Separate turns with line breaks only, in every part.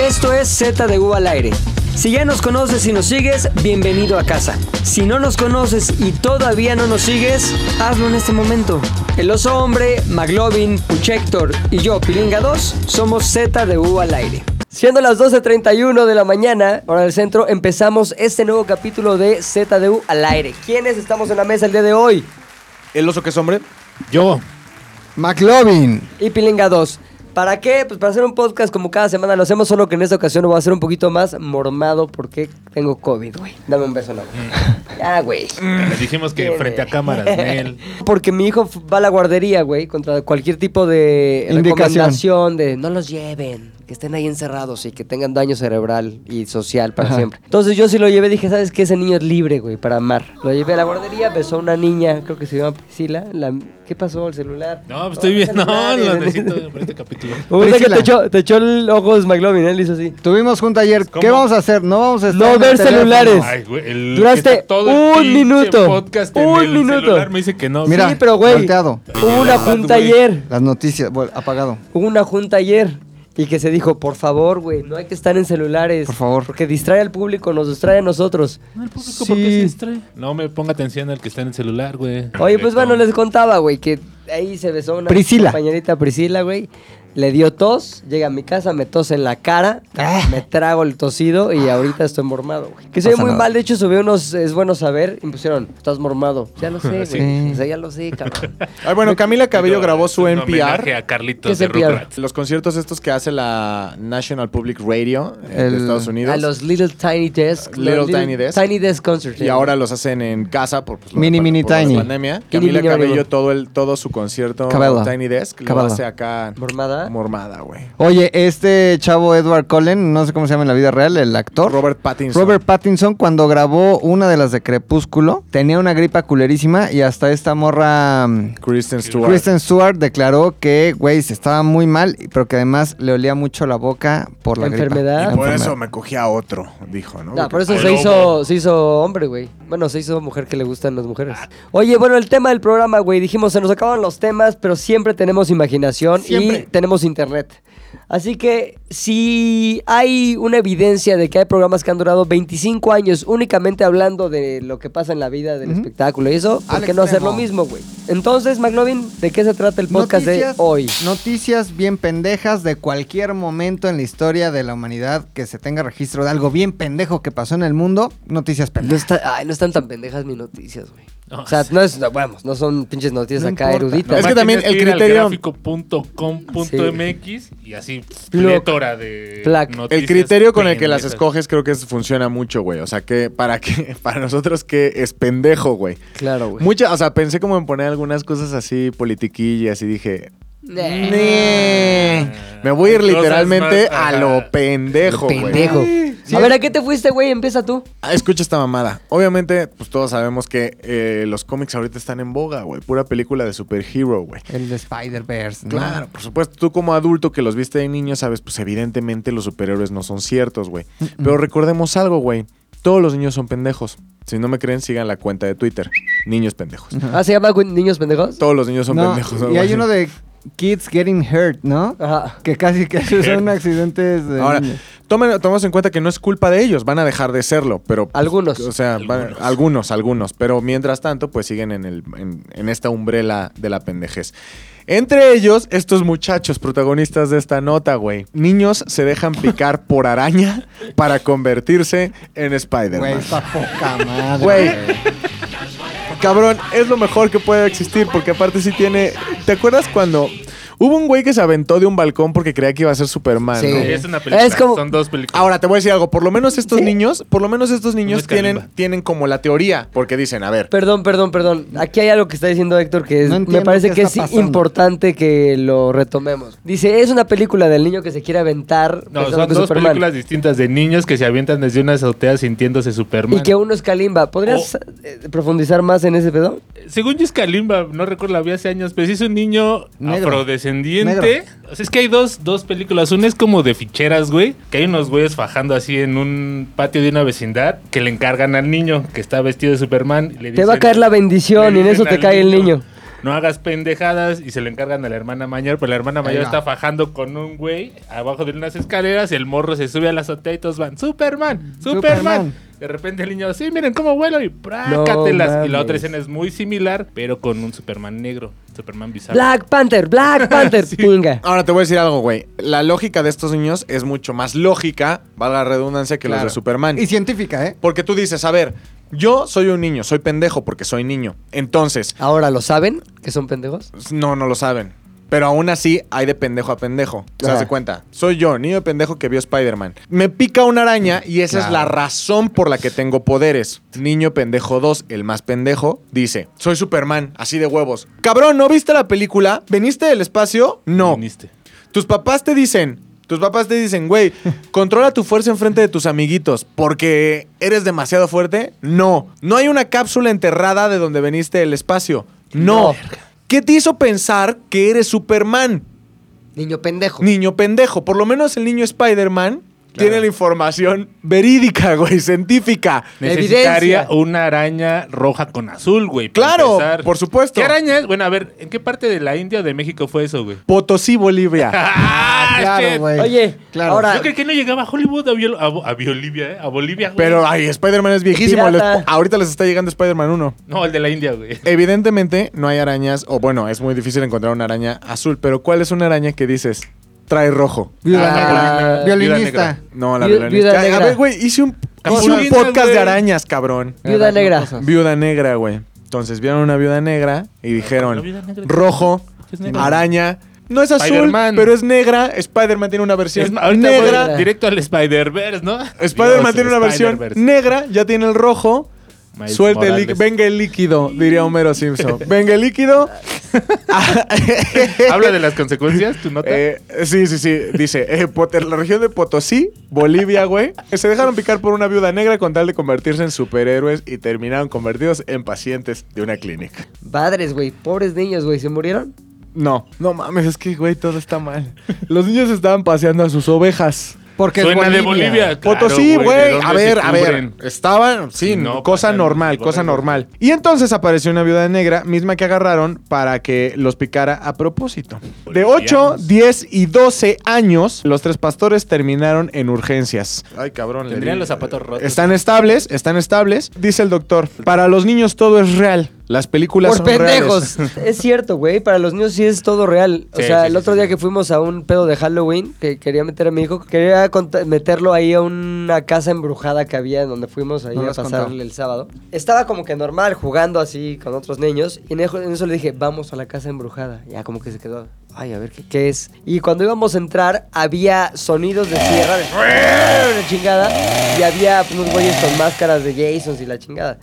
Esto es Z de U al aire. Si ya nos conoces y nos sigues, bienvenido a casa. Si no nos conoces y todavía no nos sigues, hazlo en este momento. El oso hombre, Maglovin, Puchector y yo, Pilinga 2, somos Z de U al aire. Siendo las 12.31 de la mañana, hora del centro, empezamos este nuevo capítulo de ZDU al aire. ¿Quiénes estamos en la mesa el día de hoy?
¿El oso que es hombre?
Yo.
McLovin.
y Pilinga 2. ¿Para qué? Pues para hacer un podcast como cada semana lo hacemos, solo que en esta ocasión lo voy a hacer un poquito más mormado porque tengo COVID, güey. Dame un beso, no. Ya, güey.
Les dijimos que frente a cámaras, Nel.
Porque mi hijo f- va a la guardería, güey, contra cualquier tipo de
Indicación.
recomendación de no los lleven, que estén ahí encerrados y que tengan daño cerebral y social para
Ajá.
siempre. Entonces yo sí lo llevé, dije, ¿sabes qué? Ese niño es libre, güey, para amar. Lo llevé a la guardería, besó a una niña, creo que se llama Priscila. la- ¿Qué pasó? ¿El celular?
No, pues estoy bien.
el
No,
celular,
lo
y-
necesito para este capítulo.
Ahorita que
Priscila.
te echó, te echó el ojo de McLovin, él hizo así.
Tuvimos junta ayer.
¿Cómo?
¿Qué vamos a hacer? No vamos a estar.
No
en el
ver
teléfono.
celulares.
Ay, güey, el
Duraste
que está
un
pinche
minuto.
podcast en
Un
el
minuto.
celular me dice que no.
Mira,
sí, pero güey,
volteado.
hubo una junta ayer,
Las noticias. Bueno, apagado.
hubo una junta ayer y que se dijo, por favor, güey, no hay que estar en celulares.
Por favor.
Porque distrae al público, nos distrae a nosotros.
No, el público,
Sí.
¿por qué pues, se distrae? No me ponga atención al que está en el celular, güey.
Oye, pues
Directo.
bueno, les contaba, güey, que ahí se besó una
Priscila.
compañerita Priscila, güey. Le dio tos, llega a mi casa, me tose en la cara, me trago el tosido y ahorita estoy mormado, güey. Que soy
Pasa
muy
nada.
mal, de hecho subí unos, es bueno saber, y me pusieron, estás mormado. Ya lo sé, güey.
Sí.
O sea, ya lo sé, cabrón.
Ay, bueno, Camila Cabello grabó su
Un homenaje
NPR.
a
¿Qué
Carlitos de
es NPR?
Rugrats.
Los conciertos estos que hace la National Public Radio eh,
El-
de Estados Unidos.
A los Little Tiny Desk.
Little
los
Tiny Desk.
Tiny Desk Concert.
y ahora los hacen en casa por, pues, lo
Mini,
de-
mini,
por la
tiny.
pandemia. Camila
mini, mini.
Cabello todo el todo su concierto
Cabello.
Tiny Desk lo
Cabello.
hace acá
¿Mormada?
mormada, güey.
Oye, este chavo Edward Cullen, no sé cómo se llama en la vida real, el actor.
Robert Pattinson.
Robert Pattinson, cuando grabó una de las de Crepúsculo, tenía una gripa culerísima y hasta esta morra mm,
Kristen Stewart.
Kristen Stewart declaró que, güey, se estaba muy mal, pero que además le olía mucho la boca por la gripa.
Enfermedad.
La
Por
enfermedad.
eso me cogí a otro, dijo, ¿no?
No, por eso
Ay,
se
no,
hizo,
güey.
se hizo hombre, güey. Bueno, se hizo mujer que le gustan las mujeres. Oye, bueno, el tema del programa, güey. Dijimos, se nos acaban los temas, pero siempre tenemos imaginación y
Siempre.
tenemos internet. Así que si hay una evidencia de que hay programas que han durado 25 años únicamente hablando de lo que pasa en la vida del espectáculo y eso, ¿por
Al
qué no hacer lo
extremo.
mismo, güey? Entonces, McLovin, ¿de qué se trata el podcast
noticias,
de hoy?
Noticias bien pendejas de cualquier momento en la historia de la humanidad que se tenga registro de algo bien pendejo que pasó en el mundo. Noticias
No,
pendejas.
está- ay, no están tan pendejas mis noticias, güey.
No,
o sea, no es, no, vamos, no son pinches noticias
No
acá
importa.
eruditas.
Es
Nomás
que también
tienes
el
ir al
criterio-
gráfico.com.mx y así
Ploc.
plétora de
Plac.
El
noticias
criterio con el que las
pendejas.
escoges creo que es- funciona mucho, güey. O sea, que para que para nosotros que es pendejo, güey.
Claro, güey.
Mucha, o sea, pensé como en poner algunas cosas así politiquillas y dije,
Eh.
"Nee, me voy a ir
Cosas
literalmente
más,
a
ajá.
lo pendejo, güey."
Pendejo.
Sí.
A ver, ¿a qué te fuiste, güey? Empieza tú.
Ah, escucha esta mamada. Obviamente, pues todos sabemos que eh, los cómics ahorita están en boga, güey. Pura película de superhero, güey.
El de Spider-Verse. ¿no?
Claro, por supuesto, tú como adulto que los viste de niño, sabes, pues evidentemente los superhéroes no son ciertos, güey. Pero recordemos algo, güey. Todos los niños son pendejos. Si no me creen, sigan la cuenta de Twitter. Niños pendejos.
Ah, ¿se llama güey, Niños Pendejos?
Todos los niños son
Mm. No,
pendejos. ¿no,
y hay
güey?
uno de Kids Getting Hurt, ¿no?
Ajá.
Que casi que son accidentes de
Ahora,
niños.
tomen, tomemos en cuenta que no es culpa de ellos, van a dejar de serlo, pero... pues,
Algunos.
O sea, van- algunos.
Algunos.
algunos, pero mientras tanto, pues siguen en, el, en, en esta umbrela de la pendejez. Entre ellos, estos muchachos protagonistas de esta nota, güey. Niños se dejan picar por araña para convertirse en
Güey,
Spider-Man.
está poca madre.
Güey. Cabrón, es lo mejor que puede existir porque aparte sí tiene... ¿Te acuerdas cuando hubo un güey que se aventó de un balcón porque creía que iba a ser Superman?
Sí.
¿no?
Es una película,
Es como-
son dos películas.
Ahora te voy a decir algo, por lo menos estos niños, por lo menos estos
No es
niños
Kalimba.
tienen, tienen como la teoría, porque dicen, a ver,
Perdón, perdón, perdón. Aquí hay algo que está diciendo Héctor que es-
No
me
entiendo
parece
qué
que es
está pasando.
importante que lo retomemos. Dice, es una película del niño que se quiere aventar
No,
pensando
son
que es
dos
Superman.
películas distintas de niños que se avientan desde una azotea sintiéndose Superman.
Y que uno es Kalimba. ¿Podrías
Oh.
eh, profundizar más en ese pedo?
Según yo es Kalimba, no recuerdo, la vi hace años, pero sí es un niño
Negro.
afrodescendiente.
Negro.
O sea, es que hay dos, dos películas. Una es como de ficheras, güey, que hay unos güeyes fajando así en un patio de una vecindad que le encargan al niño que está vestido de Superman. y le
te va a
dicen-
caer la bendición
le
y en eso
dicen
te
al
cae el niño.
no hagas pendejadas y se lo encargan a la hermana mayor, pero la hermana mayor
Ahí va.
está fajando con un güey abajo de unas escaleras, el morro se sube a las azotea y todos van, Superman,
Mm,
Superman.
Superman.
De repente el niño, sí, miren cómo vuelo y prácatelas. y la otra
mames.
escena es muy similar, pero con un Superman negro, Superman bizarro.
Black Panther, Black Panther, punga.
Ahora te voy a decir algo, güey. La lógica de estos niños es mucho más lógica, valga la redundancia, que los
Claro.
de Superman.
Y científica, ¿eh?
Porque tú dices, a ver, yo soy un niño, soy pendejo porque soy niño. Entonces,
Ahora, ¿lo saben? ¿Que son pendejos?
no, no lo saben. Pero aún así hay de pendejo a pendejo. ¿Se
Ajá.
das de cuenta? Soy yo, niño de pendejo que vio Spider-Man. Me pica una araña y esa es la razón por la que tengo poderes. Niño pendejo 2, el más pendejo, dice, soy Superman, así de huevos. Cabrón, ¿no viste la película? ¿Veniste del espacio? No.
Viniste.
Tus papás te dicen, tus papás te dicen, güey, controla tu fuerza enfrente de tus amiguitos porque eres demasiado fuerte. No, no hay una cápsula enterrada de donde veniste del espacio. No. ¿Qué te hizo pensar que eres Superman?
Niño pendejo.
Niño pendejo. Por lo menos el niño Spider-Man tiene la información verídica, güey, científica.
Necesitaría
Evidencia.
una araña roja con azul, güey. para
Claro,
empezar.
por supuesto.
¿Qué araña es? Bueno, a ver, ¿en qué parte de la India o de México fue eso, güey?
Potosí, Bolivia.
¡Ah, shit!
Claro, güey.
Oye,
claro.
ahora-
Yo creí que no llegaba a Hollywood, a, Biol- a Bo- a Bolivia, ¿eh? A Bolivia, güey.
Pero, ay, Spider-Man es viejísimo.
Pirata.
Les- ahorita les está llegando Spider-Man 1.
No, el de la India, güey.
Evidentemente no hay arañas, o bueno, es muy difícil encontrar una araña azul, pero ¿cuál es una araña que dices trae rojo?
Viuda-
Ah,
viuda
violinista.
negra.
No, la
Viu-
violinista.
viuda
Ay, A
negra.
ver, güey, hice un, hice un
Capulina,
podcast
güey.
de arañas, cabrón.
Viuda negra.
Cosas.
Viuda negra, güey. Entonces vieron una viuda negra y
la
dijeron
viuda negra.
rojo,
Es negra.
araña. No es azul,
Spider-Man.
pero es negra. Spider-Man tiene una
Es
versión
ma- ahorita voy
negra.
directo al Spider-Verse, ¿no?
Spider-Man
Dios,
tiene una versión
Spider-Verse.
negra, ya tiene el rojo.
Miles
Suelta el
Morales.
líquido. Venga el líquido, diría Homero Simpson. Venga el líquido.
Habla de las consecuencias, tu nota.
Eh, sí, sí, sí. Dice, eh, Potter, la región de Potosí, Bolivia, güey, se dejaron picar por una viuda negra con tal de convertirse en superhéroes y terminaron convertidos en pacientes de una clínica.
Padres, güey. Pobres niños, güey. ¿Se murieron?
No, no mames, es que, güey, todo está mal. Los niños estaban paseando a sus ovejas.
Porque es
Suena de Bolivia. claro,
Potosí,
¿de
güey.
dónde
A
se
ver, a ver.
cubren?
Estaban, sí,
No,
cosa
pasaron
normal,
los
cosa
borregos.
normal. Y entonces apareció una viuda negra, misma que agarraron para que los picara a propósito. De 8,
Bolivianos.
10 y 12 años, los tres pastores terminaron en urgencias. Ay, cabrón. le
Tendrían
di-
los zapatos rotos.
Están estables, están estables. Dice el doctor, para los niños todo es real. Las películas
Por
son
pendejos.
reales.
es cierto, güey. Para los niños sí es todo real. O
Sí,
sea,
sí,
el
sí,
otro
sí,
día
sí.
que fuimos a un pedo de Halloween, que quería meter a mi hijo, quería cont- meterlo ahí a una casa embrujada que había donde fuimos ahí
No lo
a
has
pasarle
contado.
el sábado. Estaba como que normal, jugando así con otros niños. Y en eso en eso le dije, vamos a la casa embrujada. Ya como que se quedó. Ay, a ver, ¿qué, qué es? Y cuando íbamos a entrar, había sonidos de sierra, de una chingada, y había unos güeyes con máscaras de Jasons y la chingada.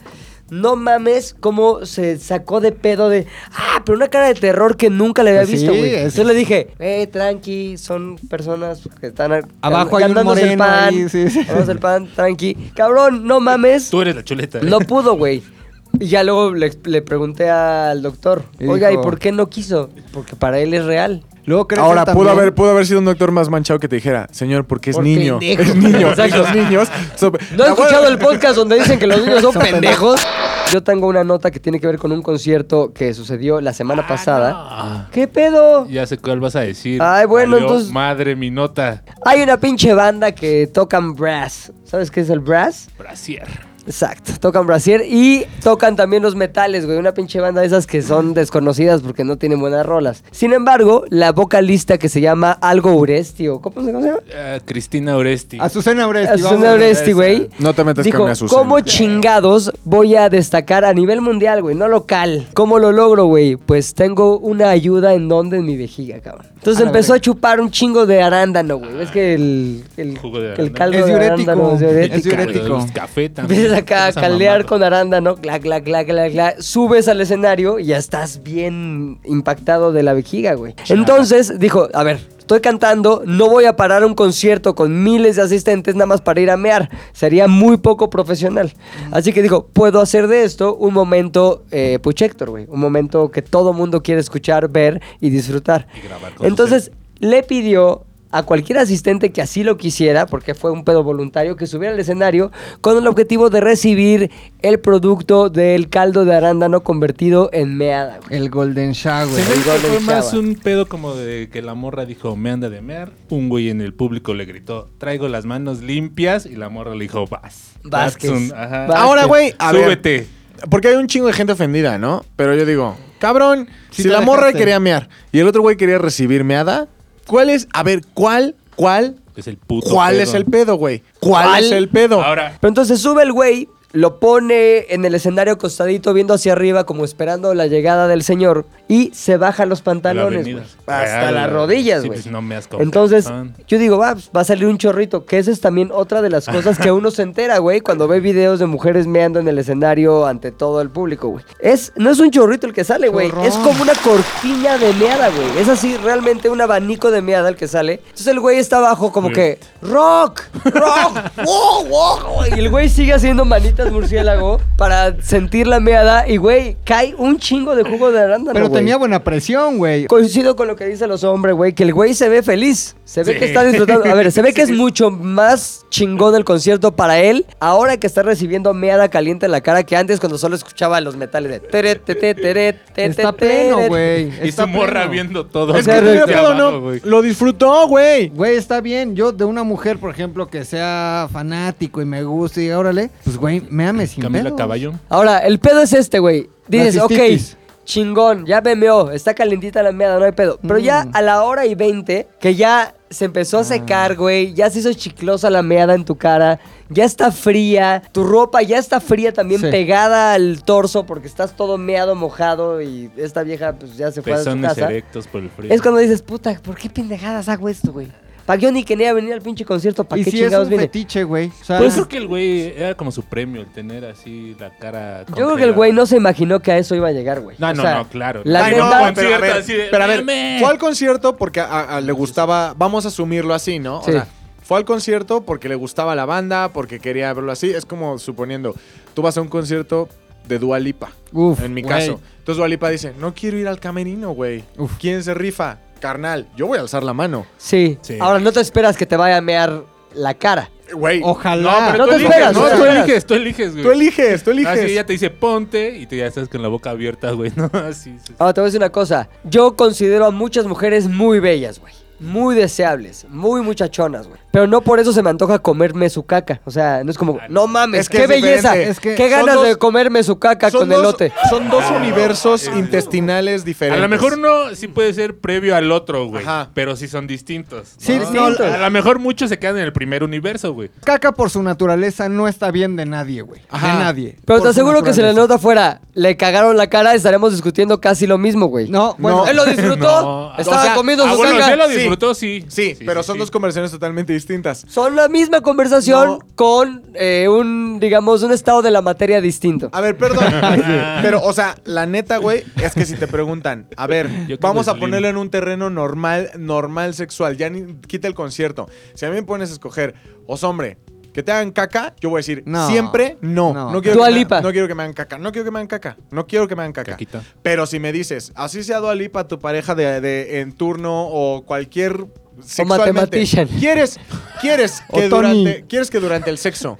No mames cómo se sacó de pedo de... Ah, pero una cara de terror que nunca le había
Pues sí,
visto, güey.
es-
Entonces le dije, eh, tranqui, son personas que están... a-
Abajo hay un
ganándose el
moreno
pan,
ahí, sí, sí.
ganándose el pan, tranqui. Cabrón, no mames.
Tú eres la chuleta. ¿eh?
No pudo, güey. Y ya luego le, le pregunté al doctor,
Y
oiga,
dijo-
¿y por qué no quiso? Porque para él es real.
Luego crecen
Ahora, pudo
también-
haber, pudo haber sido un doctor más manchado que te dijera, señor, porque es
Por
niño.
pendejo.
Es niño. y
Exacto.
los niños. son-
¿No he
La abuela-
escuchado el podcast donde dicen que los niños son pendejos? Yo tengo una nota que tiene que ver con un concierto que sucedió la semana pasada.
Ah,
¿Qué pedo?
ya sé cuál vas a decir.
Ay, bueno,
Valió
entonces-
Madre, mi nota.
Hay una pinche banda que tocan brass. ¿Sabes qué es el brass?
Brasier.
Exacto, tocan brasier y tocan también los metales, güey, una pinche banda de esas que son desconocidas porque no tienen buenas rolas. Sin embargo, la vocalista que se llama Algo Uresti, o ¿cómo se cómo se llama?
Ah, Cristina Oresti.
Azucena Oresti.
Azucena
vámonos.
Oresti, este
eh.
güey.
No te metas
Dijo,
con mi Azucena.
¿cómo chingados voy a destacar a nivel mundial, güey? No local. ¿Cómo lo logro, güey? Pues tengo una ayuda en donde en mi vejiga, cabrón. Entonces
A la
empezó a
verga.
chupar un chingo de arándano, güey. Es que el, el,
Jugo de
el
arándano.
caldo
Es
de
diurético.
arándano es
Es
diurético.
diurético.
Pero el Café también.
Empiezas acá a
Esa
caldear
mamada.
con arándano, clac, clac, clac, clac, clac. Subes al escenario y ya estás bien impactado de la vejiga, güey. Entonces dijo, a ver, estoy cantando, no voy a parar un concierto con miles de asistentes nada más para ir a mear. Sería muy poco profesional.
Mm.
Así que dijo, puedo hacer de esto un momento eh, Puchector, güey. Un momento que todo mundo quiere escuchar, ver y disfrutar.
Y grabar con
Entonces le pidió a cualquier asistente que así lo quisiera, porque fue un pedo voluntario, que subiera al escenario con el objetivo de recibir el producto del caldo de arándano convertido en meada. güey.
El Golden Shower.
Se ve que
Golden
fue más
Shower.
un pedo como de que la morra dijo, me anda de mear. Un güey en el público le gritó, traigo las manos limpias. Y la morra le dijo, vas.
Vázquez.
That's un- ajá.
Va-
Ahora, güey, a ver,
Súbete.
Porque hay un chingo de gente ofendida, ¿no? Pero yo digo, cabrón,
Sí
si
te
la morra
dejaste.
quería mear y el otro güey quería recibir meada, ¿cuál es? A ver, ¿cuál? ¿Cuál?
Es el puto
¿Cuál
pedo.
es el pedo, güey? ¿Cuál,
¿Cuál?
es el pedo?
Ahora,
Pero entonces sube el güey, lo pone en el escenario acostadito, viendo hacia arriba, como esperando la llegada del señor, y se baja los pantalones.
avenida.
güey, hasta
Ah,
las
la-
rodillas,
sí,
güey.
pues, no me has
Entonces,
contado, pan.
yo digo, va, pues, va a salir un chorrito, que esa es también otra de las cosas que uno se entera, güey, cuando ve videos de mujeres meando en el escenario ante todo el público, güey. Es, no es un chorrito el que sale, güey,
Chorrón.
es como una cortina de meada, güey. Es así, realmente un abanico de meada el que sale. Entonces el güey está abajo como
Sí.
que, rock, rock, wow, wow, güey. Y el güey sigue haciendo manitas murciélago para sentir la meada y, güey, cae un chingo de jugo de arándano,
Pero
güey.
tenía buena presión, güey.
Coincido con lo que dicen los hombres, güey, que el güey se ve feliz. Se ve
Sí.
que está disfrutando. A ver, se ve que es mucho más chingón el concierto para él ahora que está recibiendo meada caliente en la cara que antes cuando solo escuchaba los metales de... tere, te, te, tere, te,
Está
te, tere.
pleno, güey.
Y
Está
su morra
pleno.
viendo todo.
Es que
sea,
no
desde
tiene pedo,
abajo,
¿no?
güey.
Lo disfrutó, güey.
Güey, está bien. Yo, de una mujer, por ejemplo, que sea fanático y me guste, y órale, pues, güey, me ames sin
Camila
pedos.
Caballo.
Ahora, el pedo es este, güey. Dices,
La
ok,
cistitis.
chingón, ya me meó, está calentita la meada, no hay pedo. Pero ya
Mm.
a la hora y 20, que ya se empezó a
Ah.
secar, güey, ya se hizo chiclosa la meada en tu cara, ya está fría, tu ropa ya está fría también
Sí.
pegada al torso porque estás todo meado, mojado y esta vieja pues ya se fue a
Pezones
su casa.
erectos por el frío.
Es cuando dices, puta, ¿por qué pendejadas hago esto, güey? Pa' yo ni quería venir al pinche concierto, ¿para
Y
qué
si es
chingados
un
vine?
fetiche, güey. O sea,
Pues creo que el güey era como su premio, el tener así la cara.
Yo creo que el güey no se imaginó que a eso iba a llegar, güey.
No,
O
no,
sea,
no, claro.
La
Ay,
neta,
no, güey, pero a ver,
así de,
pero a ver,
"Meme".
fue al concierto porque a- a- le gustaba, vamos a asumirlo así, ¿no?
Sí.
O sea, fue al concierto porque le gustaba la banda, porque quería verlo así. Es como suponiendo, tú vas a un concierto de Dua Lipa,
Uf,
en mi
güey.
caso. Entonces Dua Lipa dice, no quiero ir al camerino, güey.
Uf.
¿Quién se rifa? Carnal, yo voy a alzar la mano.
Sí.
Sí.
Ahora no te esperas que te vaya a mear la cara.
Güey.
Ojalá.
No, pero
No
tú
te
eliges,
esperas,
no,
o sea,
tú eliges.
eliges, tú eliges, güey.
Tú eliges, tú eliges.
Así Ah, ya te dice ponte y tú ya estás con la boca abierta, güey. No, así. sí, sí.
Ahora te voy a decir una cosa. Yo considero a muchas mujeres muy bellas, güey. Muy deseables, muy muchachonas, güey. Pero no por eso se me antoja comerme su caca. O sea, no es como, no mames,
Es que
qué
es
belleza.
diferente.
Es que
qué
son
ganas de
dos-
comerme su caca
Son
con
dos-
elote.
Son dos
Ah,
universos intestinales
A
diferentes.
lo mejor uno sí puede ser previo al otro, güey.
Ajá.
Pero sí son distintos. ¿no?
Sí,
No,
no,
siento.
A lo mejor muchos se quedan en el primer universo, güey.
Caca por su naturaleza no está bien de nadie, güey.
Ajá.
De nadie.
Pero
Por
te
su
aseguro que si la
naturaleza.
nota fuera, le cagaron la cara, estaremos discutiendo casi lo mismo, güey.
No, bueno.
Él lo disfrutó,
No.
Oh, estaba
O sea,
comiendo
ah,
su
bueno,
caca.
si él lo
Sí.
disfrutó, sí.
Sí, pero son
sí.
dos conversiones totalmente distintas.
Son la misma conversación
No.
con eh, un, digamos, un estado de la materia distinto.
Ah,
A ver, perdón. Pero, o sea, la neta, güey, es que si te preguntan, a ver,
quiero
vamos a
salir.
ponerlo en un terreno normal, normal sexual, ya ni quita el concierto. Si a mí me pones a escoger, os hombre, que te hagan caca, yo voy a decir,
No.
siempre no.
No.
No, quiero
Dua
que me-
Lipa.
no quiero que me hagan caca, no quiero que me hagan caca, no quiero que me hagan caca.
Caquita.
Pero si me dices, así sea Dualipa, tu pareja de, de- en turno o cualquier sexualmente,
mathematician.
¿Quieres, quieres,
O
que
Tony.
durante, ¿Quieres que durante el sexo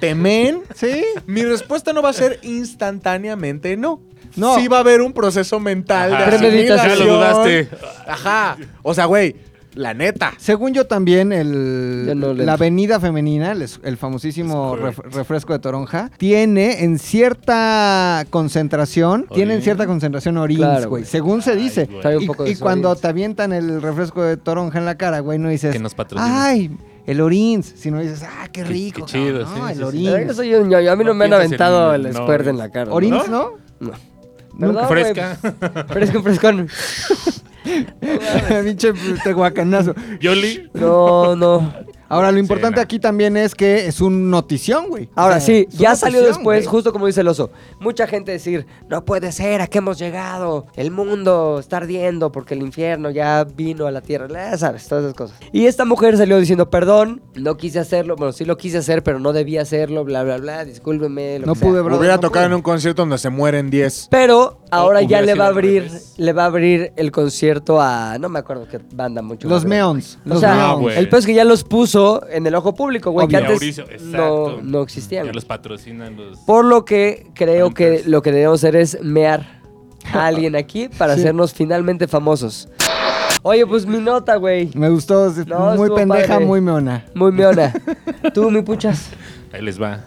temen?
Sí.
Mi respuesta no va a ser instantáneamente no.
No.
Sí va a haber un proceso mental
Ajá.
de asimilación.
Premeditación.
Ya lo dudaste.
Ajá. O sea, güey, la neta.
Según yo también, el,
Yo no le
la
entro.
avenida femenina, el, es- el famosísimo
Es correcto.
ref- refresco de toronja, tiene en cierta concentración, tiene en
Orín.
cierta concentración orines,
Claro,
güey.
güey.
Según se
Ay,
dice.
güey.
Trae un
Y-
poco
y
de su
cuando
orines.
te avientan el refresco de toronja en la cara, güey, no dices,
Que nos patrocinen.
ay, el orins, sino dices, ah, qué rico.
qué chido,
cabrón,
sí,
¿no?
sí,
el
sí.
La verdad, Yo
orins.
soy un ñoño, a mí no,
No
me han
pienses en
aventado
el-
el
no,
squirt
güey.
en la cara.
Orins, ¿no?
Perdón, güey,
Fresca.
pues, Fresco, frescón.
Pinche tehuacanazo.
Yoli.
No, no.
Ahora, lo
Sí,
importante
no.
aquí también es que es un notición, güey.
Ahora
O sea,
sí,
es una
ya salió
notición,
después,
güey.
justo como dice el oso, mucha gente decir, no puede ser, ¿a qué hemos llegado? El mundo está ardiendo porque el infierno ya vino a la tierra, ya sabes, todas esas cosas. Y esta mujer salió diciendo, perdón, no quise hacerlo, bueno, sí lo quise hacer, pero no debía hacerlo, bla, bla, bla, discúlpeme. lo
No
que sea".
pude, bro.
Hubiera
no
tocado
pude.
en un concierto donde se mueren 10.
Pero ahora ya
hubiera
le
sido
va a
al
abrir,
revés.
le va a abrir el concierto a, no me acuerdo qué banda mucho.
Los
meones.
meons.
O
Los
sea,
Ah,
meons.
güey.
el peor es que ya los puso en el ojo público, güey, que
Obvio.
antes
Mauricio,
no,
exacto.
no existían.
Ya los patrocinan los.
Por lo que creo que
Painters.
lo que debemos hacer es mear a alguien aquí para hacernos finalmente famosos. Oye, pues mi nota, güey.
Me gustó. es
No,
muy
estuvo
pendeja,
padre.
muy meona.
Muy meona. Tú, mi puchas.
Ahí les va.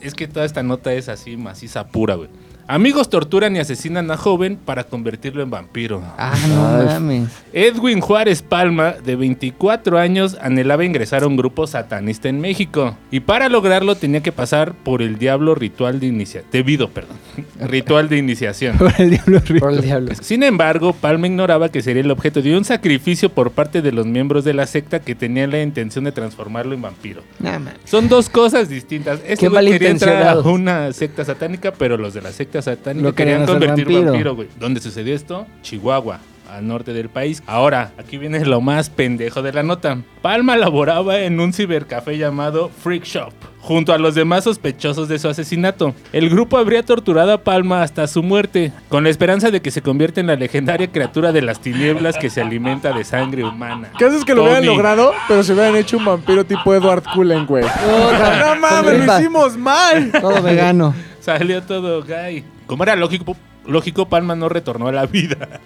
Es que toda esta nota es así, maciza pura, güey. Amigos torturan y asesinan a joven para convertirlo en vampiro.
Ah, no
Ay.
mames.
Edwin Juárez Palma, de 24 años, anhelaba ingresar a un grupo satanista en México. Y para lograrlo tenía que pasar por el diablo ritual de iniciación. Debido, perdón. ritual de iniciación.
Por el diablo río.
Por el diablo.
Sin embargo, Palma ignoraba que sería el objeto de un sacrificio por parte de los miembros de la secta que tenían la intención de transformarlo en vampiro.
Nada más.
Son dos cosas distintas.
Qué
Este güey quería entrar a
malintencionados.
una secta satánica, pero los de la secta satánica
Lo querían
querían
hacer
convertir
vampiro.
vampiro, güey. ¿Dónde sucedió esto? Chihuahua, al norte del país. Ahora, aquí viene lo más pendejo de la nota. Palma laboraba en un cibercafé llamado Freak Shop. Junto a los demás sospechosos de su asesinato, el grupo habría torturado a Palma hasta su muerte, con la esperanza de que se convierta en la legendaria criatura de las tinieblas que se alimenta de sangre humana.
¿Qué haces que lo hubieran
Tony.
logrado? Pero se hubieran hecho un vampiro tipo Edward Cullen, güey. no mames, lo
rifa.
hicimos mal.
Todo vegano.
Salió todo gay. Como era lógico, lógico Palma no retornó a la vida.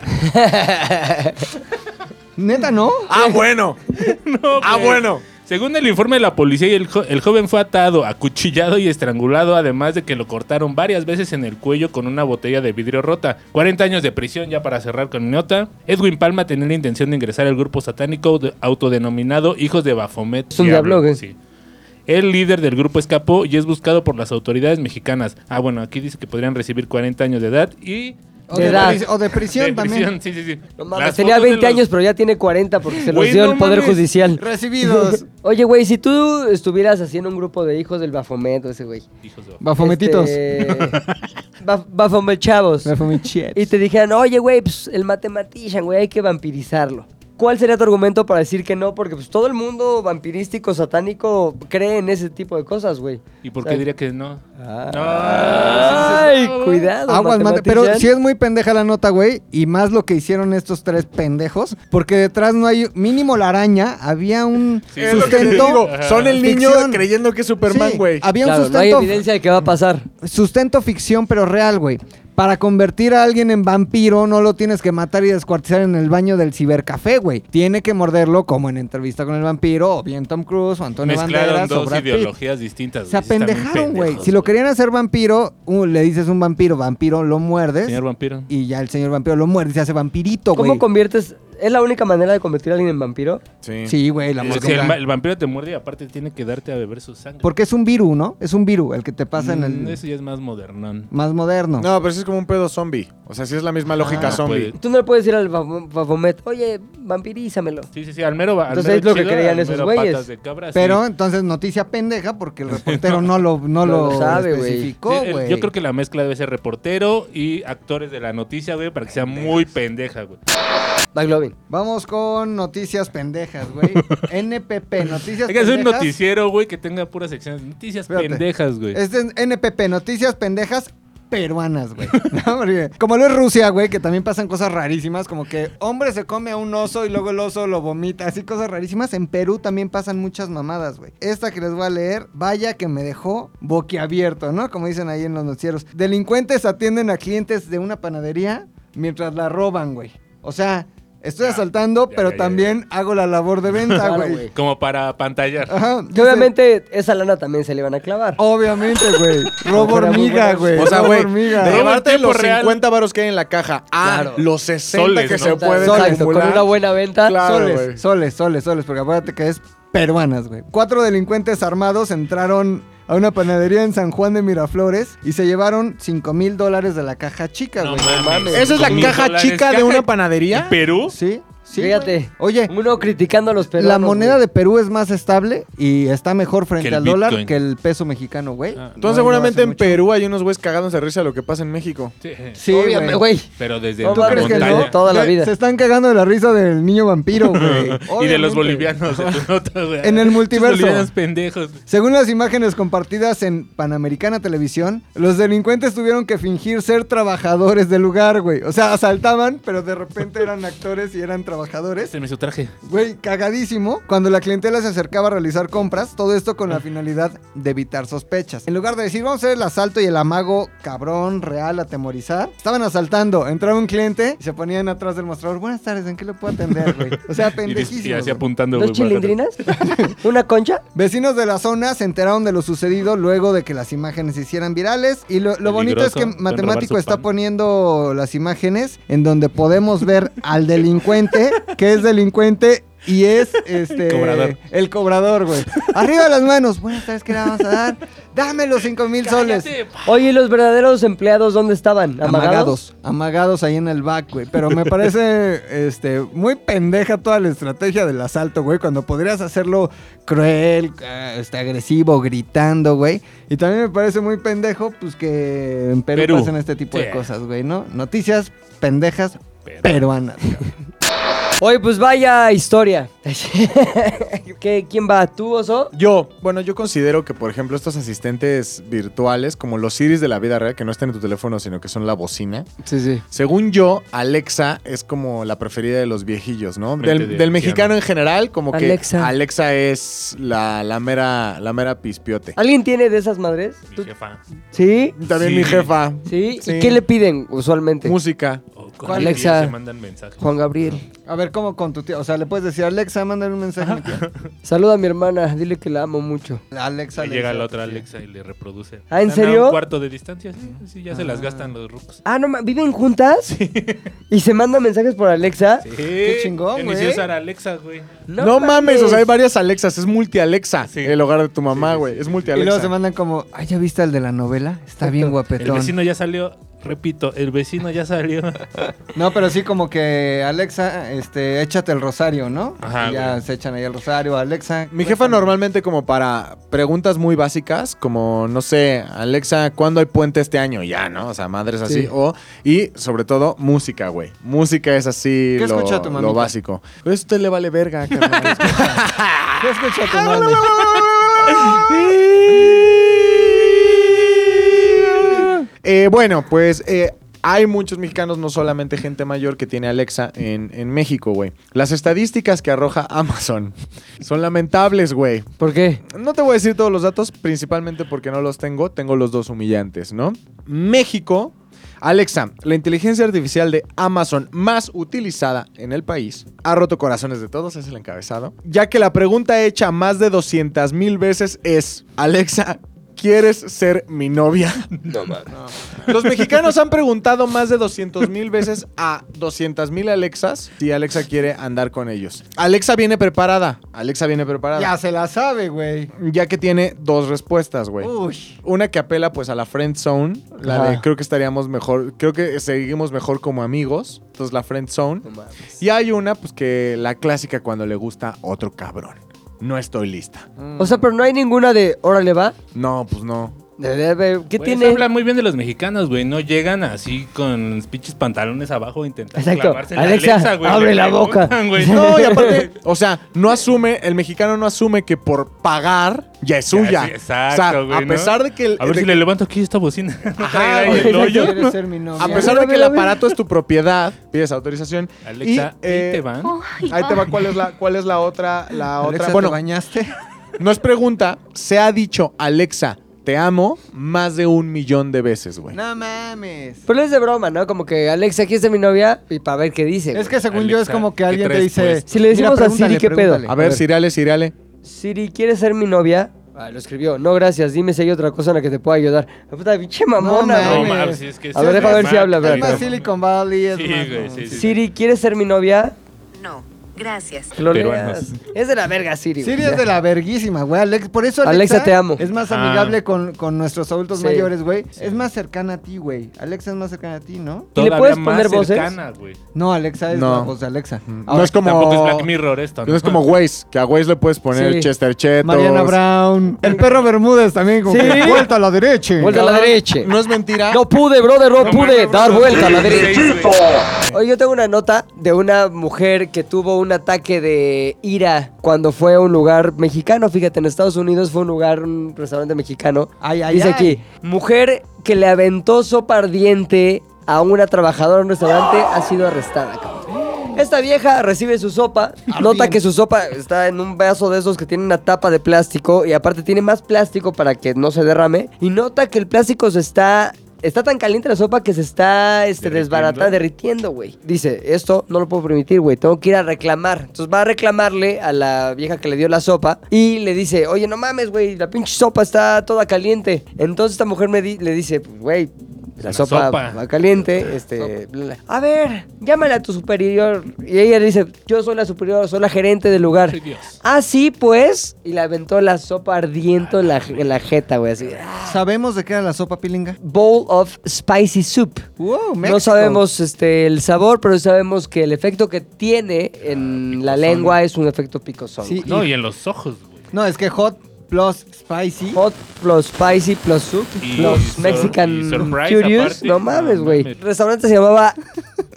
Neta, ¿no?
Ah, bueno.
No,
Ah,
güey.
bueno.
Según el informe de la policía, el, jo- el joven fue atado, acuchillado y estrangulado, además de que lo cortaron varias veces en el cuello con una botella de vidrio rota. 40 años de prisión ya para cerrar con mi nota. Edwin Palma tenía la intención de ingresar al grupo satánico de- autodenominado Hijos de Bafomet.
Es un diablo, güey.
Sí. El líder del grupo escapó y es buscado por las autoridades mexicanas. Ah, bueno, aquí dice que podrían recibir 40 años de edad y...
O
De
de,
edad.
pri- o de prisión
de
también.
prisión, sí, sí, sí.
No mames,
Las
tenía
fotos de
20
los-
años, pero ya tiene 40 porque se los
Güey,
dio
no
el Poder
mames.
Judicial.
Recibidos.
Oye, güey, si tú estuvieras haciendo un grupo de hijos del Bafomet, o ese güey.
Hijos de-
Bafometitos.
pues, Bafomet chavos.
Bafomichiet.
Y te dijeran, oye, güey, pues, el matematician, güey, hay que vampirizarlo. ¿Cuál sería tu argumento para decir que no? Porque pues todo el mundo vampirístico, satánico, cree en ese tipo de cosas, güey.
¿Y por
O sea,
qué diría que no?
Ay,
No.
cuidado.
Aguas, mate. Pero
matematician.
sí es muy pendeja la nota, güey. Y más lo que hicieron estos tres pendejos. Porque detrás no hay. Mínimo la araña. Había un
Sí,
Es lo que te digo.
sustento.
Son el niño
Ficción.
creyendo que es Superman,
Sí, Ah,
güey.
había un
Claro, no hay
sustento.
evidencia de que va a pasar.
sustento ficción, pero real, güey. Para convertir a alguien en vampiro, no lo tienes que matar y descuartizar en el baño del cibercafé, güey. Tiene que morderlo, como en entrevista con el vampiro, o bien Tom Cruise, o Antonio
Mezclaron
Banderas, o
dos
Brad Pitt.
ideologías distintas.
Se
güey. Sí, están bien
apendejaron, güey.
pendejos,
Si lo querían hacer vampiro, uh, le dices un vampiro, vampiro, lo muerdes.
Señor vampiro.
y ya el señor vampiro lo muerde y se hace vampirito,
¿Cómo
güey.
conviertes? ¿Es la única manera de convertir a alguien en vampiro?
Sí, güey, la
Eh,
mosca.
si el, ma- el vampiro te muerde y aparte tiene que darte a beber su sangre.
Porque es un virus, ¿no? Es un virus el que te pasa en el
Mm, Eso ya es más modernón.
más moderno.
No, pero eso es como un pedo zombie. O sea, sí es la misma lógica
Ah,
zombie.
Tú no le puedes decir al Bafo- Bafomet, oye, vampirízamelo.
Sí, sí, sí, al mero va- al
Entonces,
mero
es lo que
chido,
creían
al
esos
mero
güeyes.
patas de cabra, sí.
Pero entonces noticia pendeja porque el reportero no lo, no
No
lo,
lo sabe, güey.
especificó,
Sí, el-
güey.
Yo creo que la mezcla debe ser reportero y actores de la noticia, güey, para que sea muy pendeja, güey.
McLovin.
Vamos con noticias pendejas, güey. NPP, noticias
Hay que
pendejas.
hacer un noticiero, güey, que tenga puras secciones. Noticias
Espérate.
pendejas, güey.
Es de NPP, noticias pendejas peruanas, güey. No, porque como lo es Rusia, güey, que también pasan cosas rarísimas, como que hombre se come a un oso y luego el oso lo vomita, así cosas rarísimas. En Perú también pasan muchas mamadas, güey. Esta que les voy a leer, vaya que me dejó boquiabierto, ¿no? Como dicen ahí en los noticieros. Delincuentes atienden a clientes de una panadería mientras la roban, güey. O sea, estoy
Ya,
asaltando,
ya,
pero
ya, ya,
también hago la labor de venta,
Claro,
güey.
güey.
Como para pantallar.
Ajá.
Que
dice-
obviamente esa lana también se le van a clavar.
Obviamente, güey. Robo
Fuera muy
hormiga,
buena.
güey.
O sea,
Robo
güey,
pues, hormiga.
de
Robo en
llevarte
tiempo
los
real.
50 varos que hay en la caja a
Claro.
los 60
Soles,
que
¿no?
se
Exacto,
pueden
Exacto, con
acumular.
una buena venta.
Claro,
soles,
güey.
soles, soles, soles, porque acuérdate que es peruanas, güey. Cuatro delincuentes armados entraron a una panadería en San Juan de Miraflores y se llevaron 5 mil dolares de la caja chica, güey.
mames.
¿Esa es la
Mil
caja
dólares,
chica de
caja
una panadería?
¿En Perú?
¿Sí? Sí,
Fíjate.
güey. Oye,
Uno criticando a los peruanos.
la moneda
güey.
de Perú es más estable y está mejor frente
Que el
al dólar
Bitcoin.
que el peso mexicano, güey.
Ah. Entonces,
No, no
Entonces, seguramente
hace
en
mucho.
Perú hay unos güeyes cagándose de risa de lo que pasa en México.
Sí.
Sí,
Obviamente, güey.
Pero desde
¿Tú
¿Tú
la
crees que
montaña.
no?
Todo- Toda la vida.
Se están cagando de la risa del niño vampiro, güey.
Y de los
Obviamente.
bolivianos. de tu nota, güey.
En el
Esos
multiverso.
bolivianos pendejos.
Según las imágenes compartidas en Panamericana Televisión, los delincuentes tuvieron que fingir ser trabajadores del lugar, güey. O sea, asaltaban, pero de repente eran actores y eran trabajadores.
Este me hizo traje.
Güey, cagadísimo. Cuando la clientela se acercaba a realizar compras, todo esto con
Mm.
la finalidad de evitar sospechas. En lugar de decir, vamos a hacer el asalto y el amago cabrón, real, atemorizar, estaban asaltando. Entraba un cliente y se ponían atrás del mostrador. Buenas tardes, ¿en qué le puedo atender, güey? O sea,
Y, dis- y
pendejísimo.
así apuntando.
¿Dos
güey, para atrás.
chilindrinas? ¿Una concha?
Vecinos de la zona se enteraron de lo sucedido luego de que las imágenes se hicieran virales. Y lo, lo bonito es que
Peligroso, pueden robar su
Matemático está
pan.
poniendo las imágenes en donde podemos ver al delincuente, que es delincuente y es este
Cobrador.
el cobrador, güey. Arriba las manos. Buenas tardes, ¿qué le vamos a dar? Dame los cinco mil soles.
Cállate, pa.
Oye, ¿y los verdaderos empleados dónde estaban? ¿Amagados?
Amagados, amagados ahí en el back, güey. Pero me parece este, muy pendeja toda la estrategia del asalto, güey. Cuando podrías hacerlo cruel, eh, este, agresivo, gritando, güey. Y también me parece muy pendejo, pues que en Perú,
Perú.
pasan este tipo
Sí.
de cosas, güey, ¿no? Noticias pendejas
Pero-
peruanas. cabrón.
Oye, pues vaya historia. ¿Qué, ¿Quién va? ¿Tú, oso?
Yo, bueno, yo considero que, por ejemplo, estos asistentes virtuales, como los Siris de la vida real, que no están en tu teléfono, sino que son la bocina.
Sí, sí.
Según yo, Alexa es como la preferida de los viejillos, ¿no?
Mente
Del,
de
del
anciano.
mexicano en general, como que
Alexa.
Alexa es la, la mera, la mera pispiote.
¿Alguien tiene de esas madres?
Mi
¿Tú-
jefa.
¿Sí?
También
Sí.
mi jefa.
¿Sí?
Sí.
¿Y qué le piden usualmente?
Música.
O con
Alexa.
el que se mandan mensajes.
Juan Gabriel.
A ver, ¿cómo con tu tía? O sea, le puedes decir, Alexa, mándale un mensaje. a mi tía.
Saluda a mi hermana, dile que la amo mucho.
Alexa,
Ahí
Alexa.
Llega la otra Alexa y le reproduce.
Ah, ¿en
Están a
serio?
Un cuarto de distancia. Sí, sí, ya se las gastan los rucos.
Ah, no, ma- ¿viven juntas? Y se mandan mensajes por Alexa.
Sí.
chingón,
Ya ni
güey.
sé usar Alexa, güey.
No, mames. o sea, hay varias Alexas. Es multi-Alexa. El hogar de tu mamá, güey. Es
Y luego se
multi-Alexa.
mandan como, ay, ¿ya viste al de la novela? Está bien
El
guapetón.
vecino ya salió. Repito, el vecino ya salió.
No, pero sí como que Alexa, este, échate el rosario, ¿no?
Ajá,
Y ya
güey.
se echan ahí el rosario, Alexa.
Mi jefa normalmente como para preguntas muy básicas, como, no sé, Alexa, ¿cuándo hay puente este año? Ya, ¿no? O sea, madres así.
Sí.
O, y sobre todo, música, güey. Música es así
¿Qué
lo,
escucha tu mamita?
lo básico. Pues a usted le vale verga, carnal.
¿Qué escucha
Ah,
tu mami?
Eh, bueno, pues eh, hay muchos mexicanos, no solamente gente mayor, que tiene Alexa en, en México, güey. Las estadísticas que arroja Amazon son lamentables, güey.
¿Por qué?
No te voy a decir todos los datos, principalmente porque no los tengo. Tengo los dos humillantes, ¿no? México. Alexa, la inteligencia artificial de Amazon más utilizada en el país, ha roto corazones de todos, es el encabezado, ya que la pregunta hecha más de 200 mil veces es, Alexa, ¿quieres ser mi novia?
No mames.
Los mexicanos han preguntado más de 200 mil veces a 200 mil Alexas si Alexa quiere andar con ellos. Alexa viene preparada, Alexa viene preparada.
Ya se la sabe, güey.
Ya que tiene dos respuestas, güey.
Uy.
Una que apela pues a la friend zone, la de
Ajá.
creo que estaríamos mejor, creo que seguimos mejor como amigos, entonces la friend zone. Y hay una pues que la clásica cuando le gusta otro cabrón. No estoy lista.
O sea, pero no hay ninguna de, órale, va.
No, pues no.
De- de- de- ¿Qué
Güey,
tiene?
eso habla muy bien de los mexicanos, güey. No llegan así con pinches pantalones abajo intentando
Exacto.
clavarse la
Alexa,
güey.
abre
Le
la boca.
preguntan, güey.
No, y aparte, o sea, no asume, el mexicano no asume que por pagar ya es suya.
sí,
o sea,
exacto, güey,
a
¿no?
pesar de que el,
A ver
de que-
si le levanto aquí esta bocina. Traiga ahí
güey.
el hoyo.
¿Quieres ser mi novia?
a pesar de que el
Mira, mira, mira.
aparato es tu propiedad, pides autorización.
Alexa,
y, eh,
ahí te van.
Ahí te va cuál es la, cuál es la otra, la
Alexa,
otra.
¿te
Bueno,
bañaste?
Nos pregunta, se ha dicho Alexa, te amo más de un millón de veces, güey.
No mames.
Pero es de broma, ¿no? Como que, Alexa, aquí está mi novia. Y para ver qué dice.
Es
güey.
que según yo es
Alexa,
como
¿qué
que alguien te
traes pues?
dice...
puesto?
Si le decimos a Siri,
pregúntale,
¿qué pedo?
pregúntale.
A ver, Siriale, Siriale.
Siri, ¿quieres ser mi novia? Ah, lo escribió. No, gracias. Dime si hay otra cosa en la que te pueda ayudar. La puta pinche mamona,
mames.
No
güey.
ma-
mames, es que
A ver,
sí,
deja
es
ver si
más-
habla, a ver.
Es más Silicon Valley, es
Sí,
más-
güey, sí, sí.
Siri, ¿quieres ser mi novia?
No, Gracias.
Lo
Peruanos.
leas. Es de la verga, Siri. güey.
Siria es de la verguísima, güey. Alex, por eso Alexa,
Alexa, te amo.
es más
Ah.
amigable con, con nuestros adultos
Sí.
mayores, güey. Es más cercana a ti, güey. Alexa es más cercana a ti,
¿Y
¿no?
le
Todavía
puedes
más
poner voces?
cercana, güey.
No, Alexa es
No.
la voz de Alexa.
Mm.
no es como.
Tampoco es Black Mirror esto, ¿no?
no es como Waze, que a Waze le puedes poner
Sí.
Chester Chetos.
Mariana Brown. El perro Bermúdez también, como
Sí.
que, vuelta a la derecha.
Vuelta a la derecha.
No es mentira.
No pude, brother, no,
No,
pude
bueno,
dar
no,
vuelta a la
sí,
derecha.
sí, güey.
Oye, yo tengo una nota de una mujer que tuvo un ataque de ira cuando fue a un lugar mexicano. Fíjate, en Estados Unidos fue un lugar, un restaurante mexicano.
Ay, ay,
Dice
ay.
aquí, mujer que le aventó sopa ardiente a una trabajadora en un restaurante ha sido arrestada. cabrón. Esta vieja recibe su sopa,
Ah,
nota que su sopa está en un vaso de esos que tiene una tapa de plástico y aparte tiene más plástico para que no se derrame y nota que el plástico se está está tan caliente la sopa que se está este
Derritiendo.
desbaratando, derritiendo, güey. Dice, esto no lo puedo permitir, güey. Tengo que ir a reclamar. Entonces va a reclamarle a la vieja que le dio la sopa y le dice, oye, no mames, güey, la pinche sopa está toda caliente. Entonces esta mujer me di- le dice, güey, la
La
sopa,
sopa.
va caliente, este, bla, bla. a ver, llámale a tu superior. Y ella le dice, yo soy la superior, soy la gerente del lugar.
Ay, Dios.
Ah, sí, pues. Y le aventó la sopa ardiente en la, en la jeta, güey, así.
¿Sabemos de qué era la sopa pilinga?
Bowl of spicy soup.
Wow,
No sabemos este, el sabor, pero sabemos que el efecto que tiene en la lengua es un efecto picosón.
Sí.
güey.
No, y en los ojos, güey.
No, es que hot plus spicy.
Hot plus spicy plus soup
Y
plus
sur-
Mexican
y surprise
Curious.
aparte.
No mames,
No
güey.
mames.
El restaurante se llamaba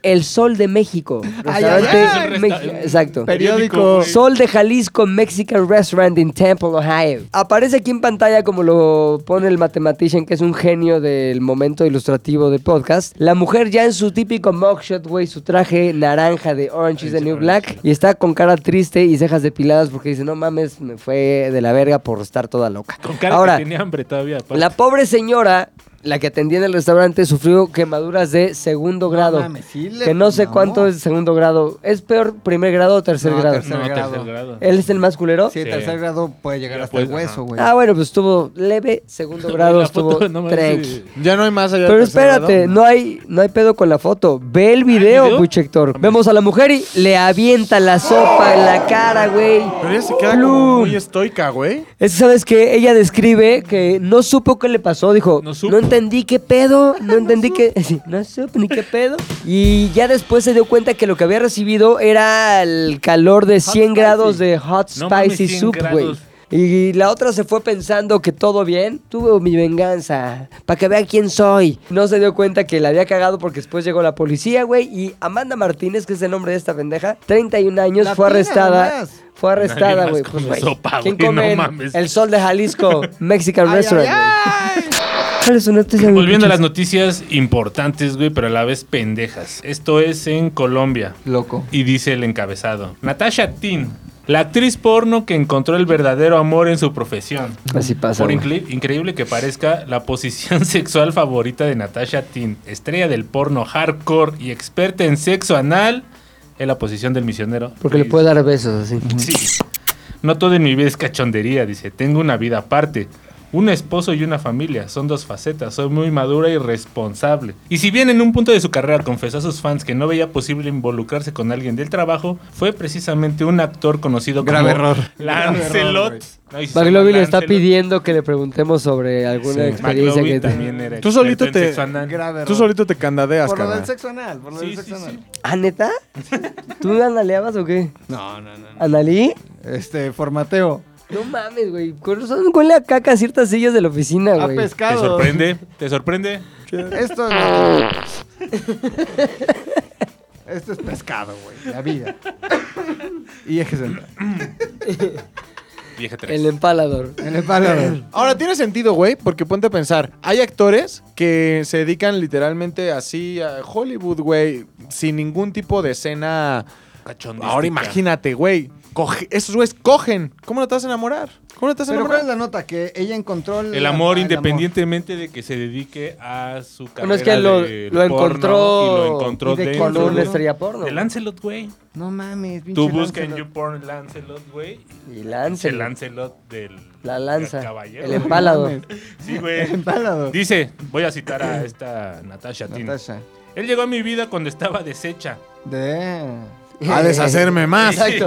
El Sol de México.
Ay, ay,
Restaurante
ay.
Mex- Exacto.
Periódico.
güey.
Sol de Jalisco Mexican Restaurant in Temple, Ohio. Aparece aquí en pantalla como lo pone el matematician, que es un genio del momento ilustrativo de podcast. La mujer ya en su típico mugshot, güey, su traje naranja de Orange is the New Black. Y está con cara triste y cejas depiladas porque dice, no mames, me fue de la verga por estar toda loca.
Con cara
Ahora,
que tenía hambre todavía. aparte.
la pobre señora, la que atendía en el restaurante, sufrió quemaduras de segundo grado.
mames, sí le-
que no sé
no.
cuánto es segundo grado. ¿Es peor primer grado o tercer
No,
grado?
tercer
No,
grado.
tercer grado.
¿Él es el más culero?
Sí,
Sí.
tercer grado puede llegar
Ya
hasta el
pues, ajá.
hueso, güey.
Ah, bueno, pues estuvo leve, segundo grado
La foto,
estuvo
no mames,
tranqui.
sí.
Ya no hay más allá
Pero
del tercer
espérate,
grado.
no hay, no hay pedo con la foto. Ve el video,
¿Ah, video?
Buchector. Vemos a la mujer y le avienta la sopa en la cara, güey.
Pero ella se queda como
Plum.
muy estoica, güey.
Es que sabes que ella describe que no supo qué le pasó, dijo, no,
No supo.
entendí qué pedo, no entendí qué, sí, no supo ni qué pedo. Y ya después se dio cuenta que lo que había recibido era el calor de 100
spicy.
grados de hot
No mames,
spicy
100
soup, güey.
grados.
Y la otra se fue pensando que todo bien. Tuve mi venganza. Para que vea quién soy. No se dio cuenta que la había cagado porque después llegó la policía, güey. Y Amanda Martínez, que es el nombre de esta pendeja, 31 años,
La
fue
pila,
arrestada.
nomás.
Fue arrestada,
más
güey.
come
Pues, güey,
sopa,
¿Quién
güey? No
come en
mames.
el sol de Jalisco Mexican
Ay,
Restaurant?
ay, ay.
güey? ¿Cuál es su noticia, güey?
Volviendo a las noticias importantes, güey, pero a la vez pendejas. Esto es en Colombia.
Loco.
Y dice el encabezado. Natasha Tin, la actriz porno que encontró el verdadero amor en su profesión.
Así pasa,
Por
güey.
incre- increíble que parezca, la posición sexual favorita de Natasha Tin, estrella del porno hardcore y experta en sexo anal, es la posición del misionero.
Porque le
Luis.
puede dar besos así.
Sí. No todo en mi vida es cachondería, dice. Tengo una vida aparte. Un esposo y una familia. Son dos facetas. Soy muy madura y responsable. Y si bien en un punto de su carrera confesó a sus fans que no veía posible involucrarse con alguien del trabajo, fue precisamente un actor conocido
Grave
como
error. Grave error,
Lancelot.
güey.
No, y se llama
McLovin le está
Lancelot.
pidiendo que le preguntemos sobre alguna
Sí.
experiencia
McLovin
que
también era
Tú
experto
solito
en
te-
sexo anal.
Grave error.
Tú solito te candadeas,
Por lo
carnal.
del sexo anal, por lo
Sí,
del
sí,
sexo
sí.
anal.
¿Ah, neta? ¿Tú analeabas o qué?
No, no, no.
¿Analí?
Este, formateo.
No mames, güey. Con razón huele a caca a ciertas sillas de la oficina,
A
güey.
¿Te
pescado.
sorprende? ¿Te sorprende?
Esto es. Esto es pescado, güey. La vida. Y eje central.
Vieja tres.
El empalador.
En el palo. güey.
Ahora, tiene sentido, güey, porque ponte a pensar. Hay actores que se dedican literalmente así a Hollywood, güey, sin ningún tipo de escena.
Cachondística.
Ahora imagínate, güey. coge- esos güeyes cogen. ¿Cómo no te vas a enamorar? ¿Cómo no te vas a
Pero ¿cuál es
enamorar?
la nota? Que ella encontró
Ah, El amor independientemente de que se dedique a su carrera
Bueno, es que lo,
de
lo
porno
encontró.
y lo encontró
y de-
dentro
con
un
una
de-
estrella porno.
de Lancelot, güey.
No mames, pinche
Tú buscas en
Lancelot.
YouPorn Lancelot, güey.
Y
Es El
Lancelot.
Lancelot del
La lanza.
del caballero.
El empalador.
Sí, güey.
El empalador.
Dice, voy a citar a esta Natasha Tin.
Natasha.
Él llegó a mi vida cuando estaba deshecha.
De.
a deshacerme más.
Exacto.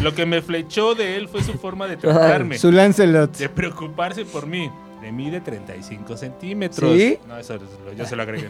Lo que me flechó de él fue su forma de tratarme,
Su Lancelot.
de preocuparse por mí. De mí de 35 centímetros.
¿Sí?
No, eso es- yo se lo agregué.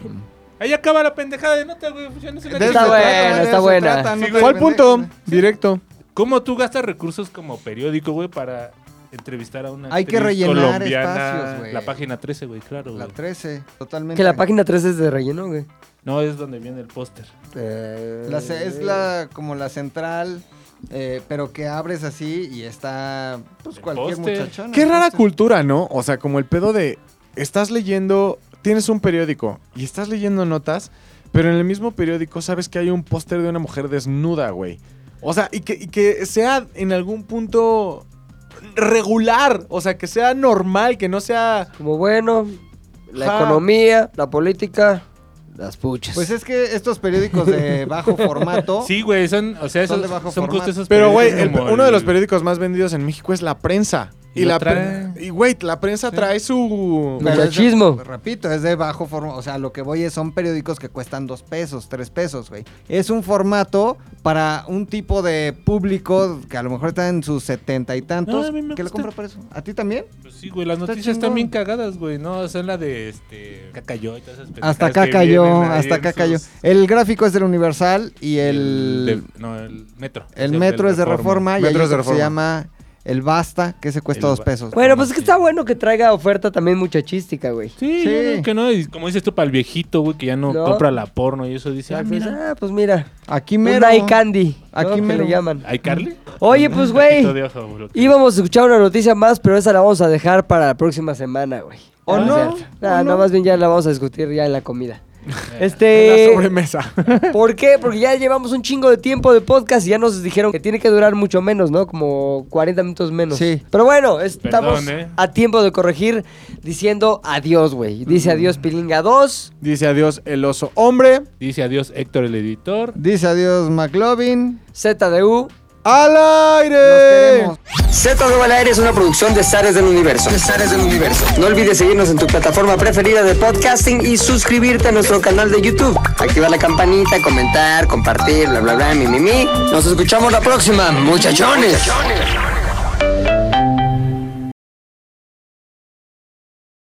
Ahí acaba la pendejada de nota, güey. Ya no se la
De
Está
eso
digo.
se
bueno,
trata, de
está
eso se
buena.
trata, no
Sí,
te
¿Cuál
pendejes,
punto?
güey.
Directo.
¿Cómo tú gastas recursos como periódico, güey, para entrevistar a una
Hay que
actriz
rellenar
colombiana?
espacios, güey.
La página 13, güey, claro,
La
güey.
13, totalmente.
Que la página 3 es de relleno, güey.
No, es donde viene el póster. Este,
La ce- es la como la central, eh, pero que abres así y está pues
El
cualquier
póster.
muchachón.
Qué
el
rara
póster.
cultura, ¿no? O sea, como el pedo de estás leyendo, tienes un periódico y estás leyendo notas, pero en el mismo periódico sabes que hay un póster de una mujer desnuda, güey. O sea, y que, y que sea en algún punto regular, o sea, que sea normal, que no sea...
Como bueno, la
Ja.
economía, la política, las puchas.
Pues es que estos periódicos de bajo formato
Sí, güey, son, o sea,
Son
esos,
de bajo
son
formato.
justo esos
Pero, güey,
periódicos
el-
como
uno de
el-
los periódicos más vendidos en México es La Prensa. Y,
Y lo
la
trae.
pre- y, güey, la prensa trae su...
Pero es de- pues,
Muchachismo.
repito, es de bajo formato. O sea, lo que voy es, son periódicos que cuestan dos pesos, tres pesos, güey. Es un formato para un tipo de público que a lo mejor está en sus setenta y tantos.
No, a mí me
que lo
gusta.
compra por eso. ¿A ti también?
Pues sí, güey, las
Está
noticias están
chingón.
bien cagadas, güey, ¿no? Son la de, este, Cacayo y todas esas pendejadas
Hasta acá
que
cayó,
vienen ahí
hasta
en
acá cayó.
sus-
El gráfico es del Universal y el...
del- no, el metro.
El metro
del
es de reforma, y hay
Metro es de
otro que se
Reforma.
llama el Basta, que se cuesta
El
dos
Ba-
pesos.
Bueno, pues es que está bueno que traiga oferta también muchachística, güey.
Sí,
Sí.
yo digo que no, y como dices tú, para el viejito, güey, que ya no,
No.
compra la porno y eso dice, ah,
Pues,
mira,
ah, pues mira.
Aquí
Un
mero.
eye candy.
Aquí
Aquí me
mero.
le llaman.
¿hay Carly?
Oye, pues, güey.
Taquito de ojo, bro.
Íbamos a escuchar una noticia más, pero esa la vamos a dejar para la próxima semana, güey. Ah,
¿O
es
no?
cierto.
¿O
Nada,
no?
nada más bien ya la vamos a discutir ya en la comida.
La
Este,
sobremesa.
¿por qué? Porque ya llevamos un chingo de tiempo de podcast y ya nos dijeron que tiene que durar mucho menos, ¿no? Como 40 minutos menos.
Sí.
Pero bueno, estamos
Perdón, ¿eh?
a tiempo de corregir diciendo adiós, güey. Dice adiós Pilinga 2.
Dice adiós el oso hombre.
Dice adiós Héctor el editor.
Dice adiós McLovin.
ZDU.
¡Al aire!
Nos queremos.
ZDU al aire es una producción de Zares del Universo. De del Universo. No olvides seguirnos en tu plataforma preferida de podcasting y suscribirte a nuestro canal de YouTube. Activar la campanita, comentar, compartir, bla, bla, bla, mi, mi, mi. Nos escuchamos la próxima, muchachones.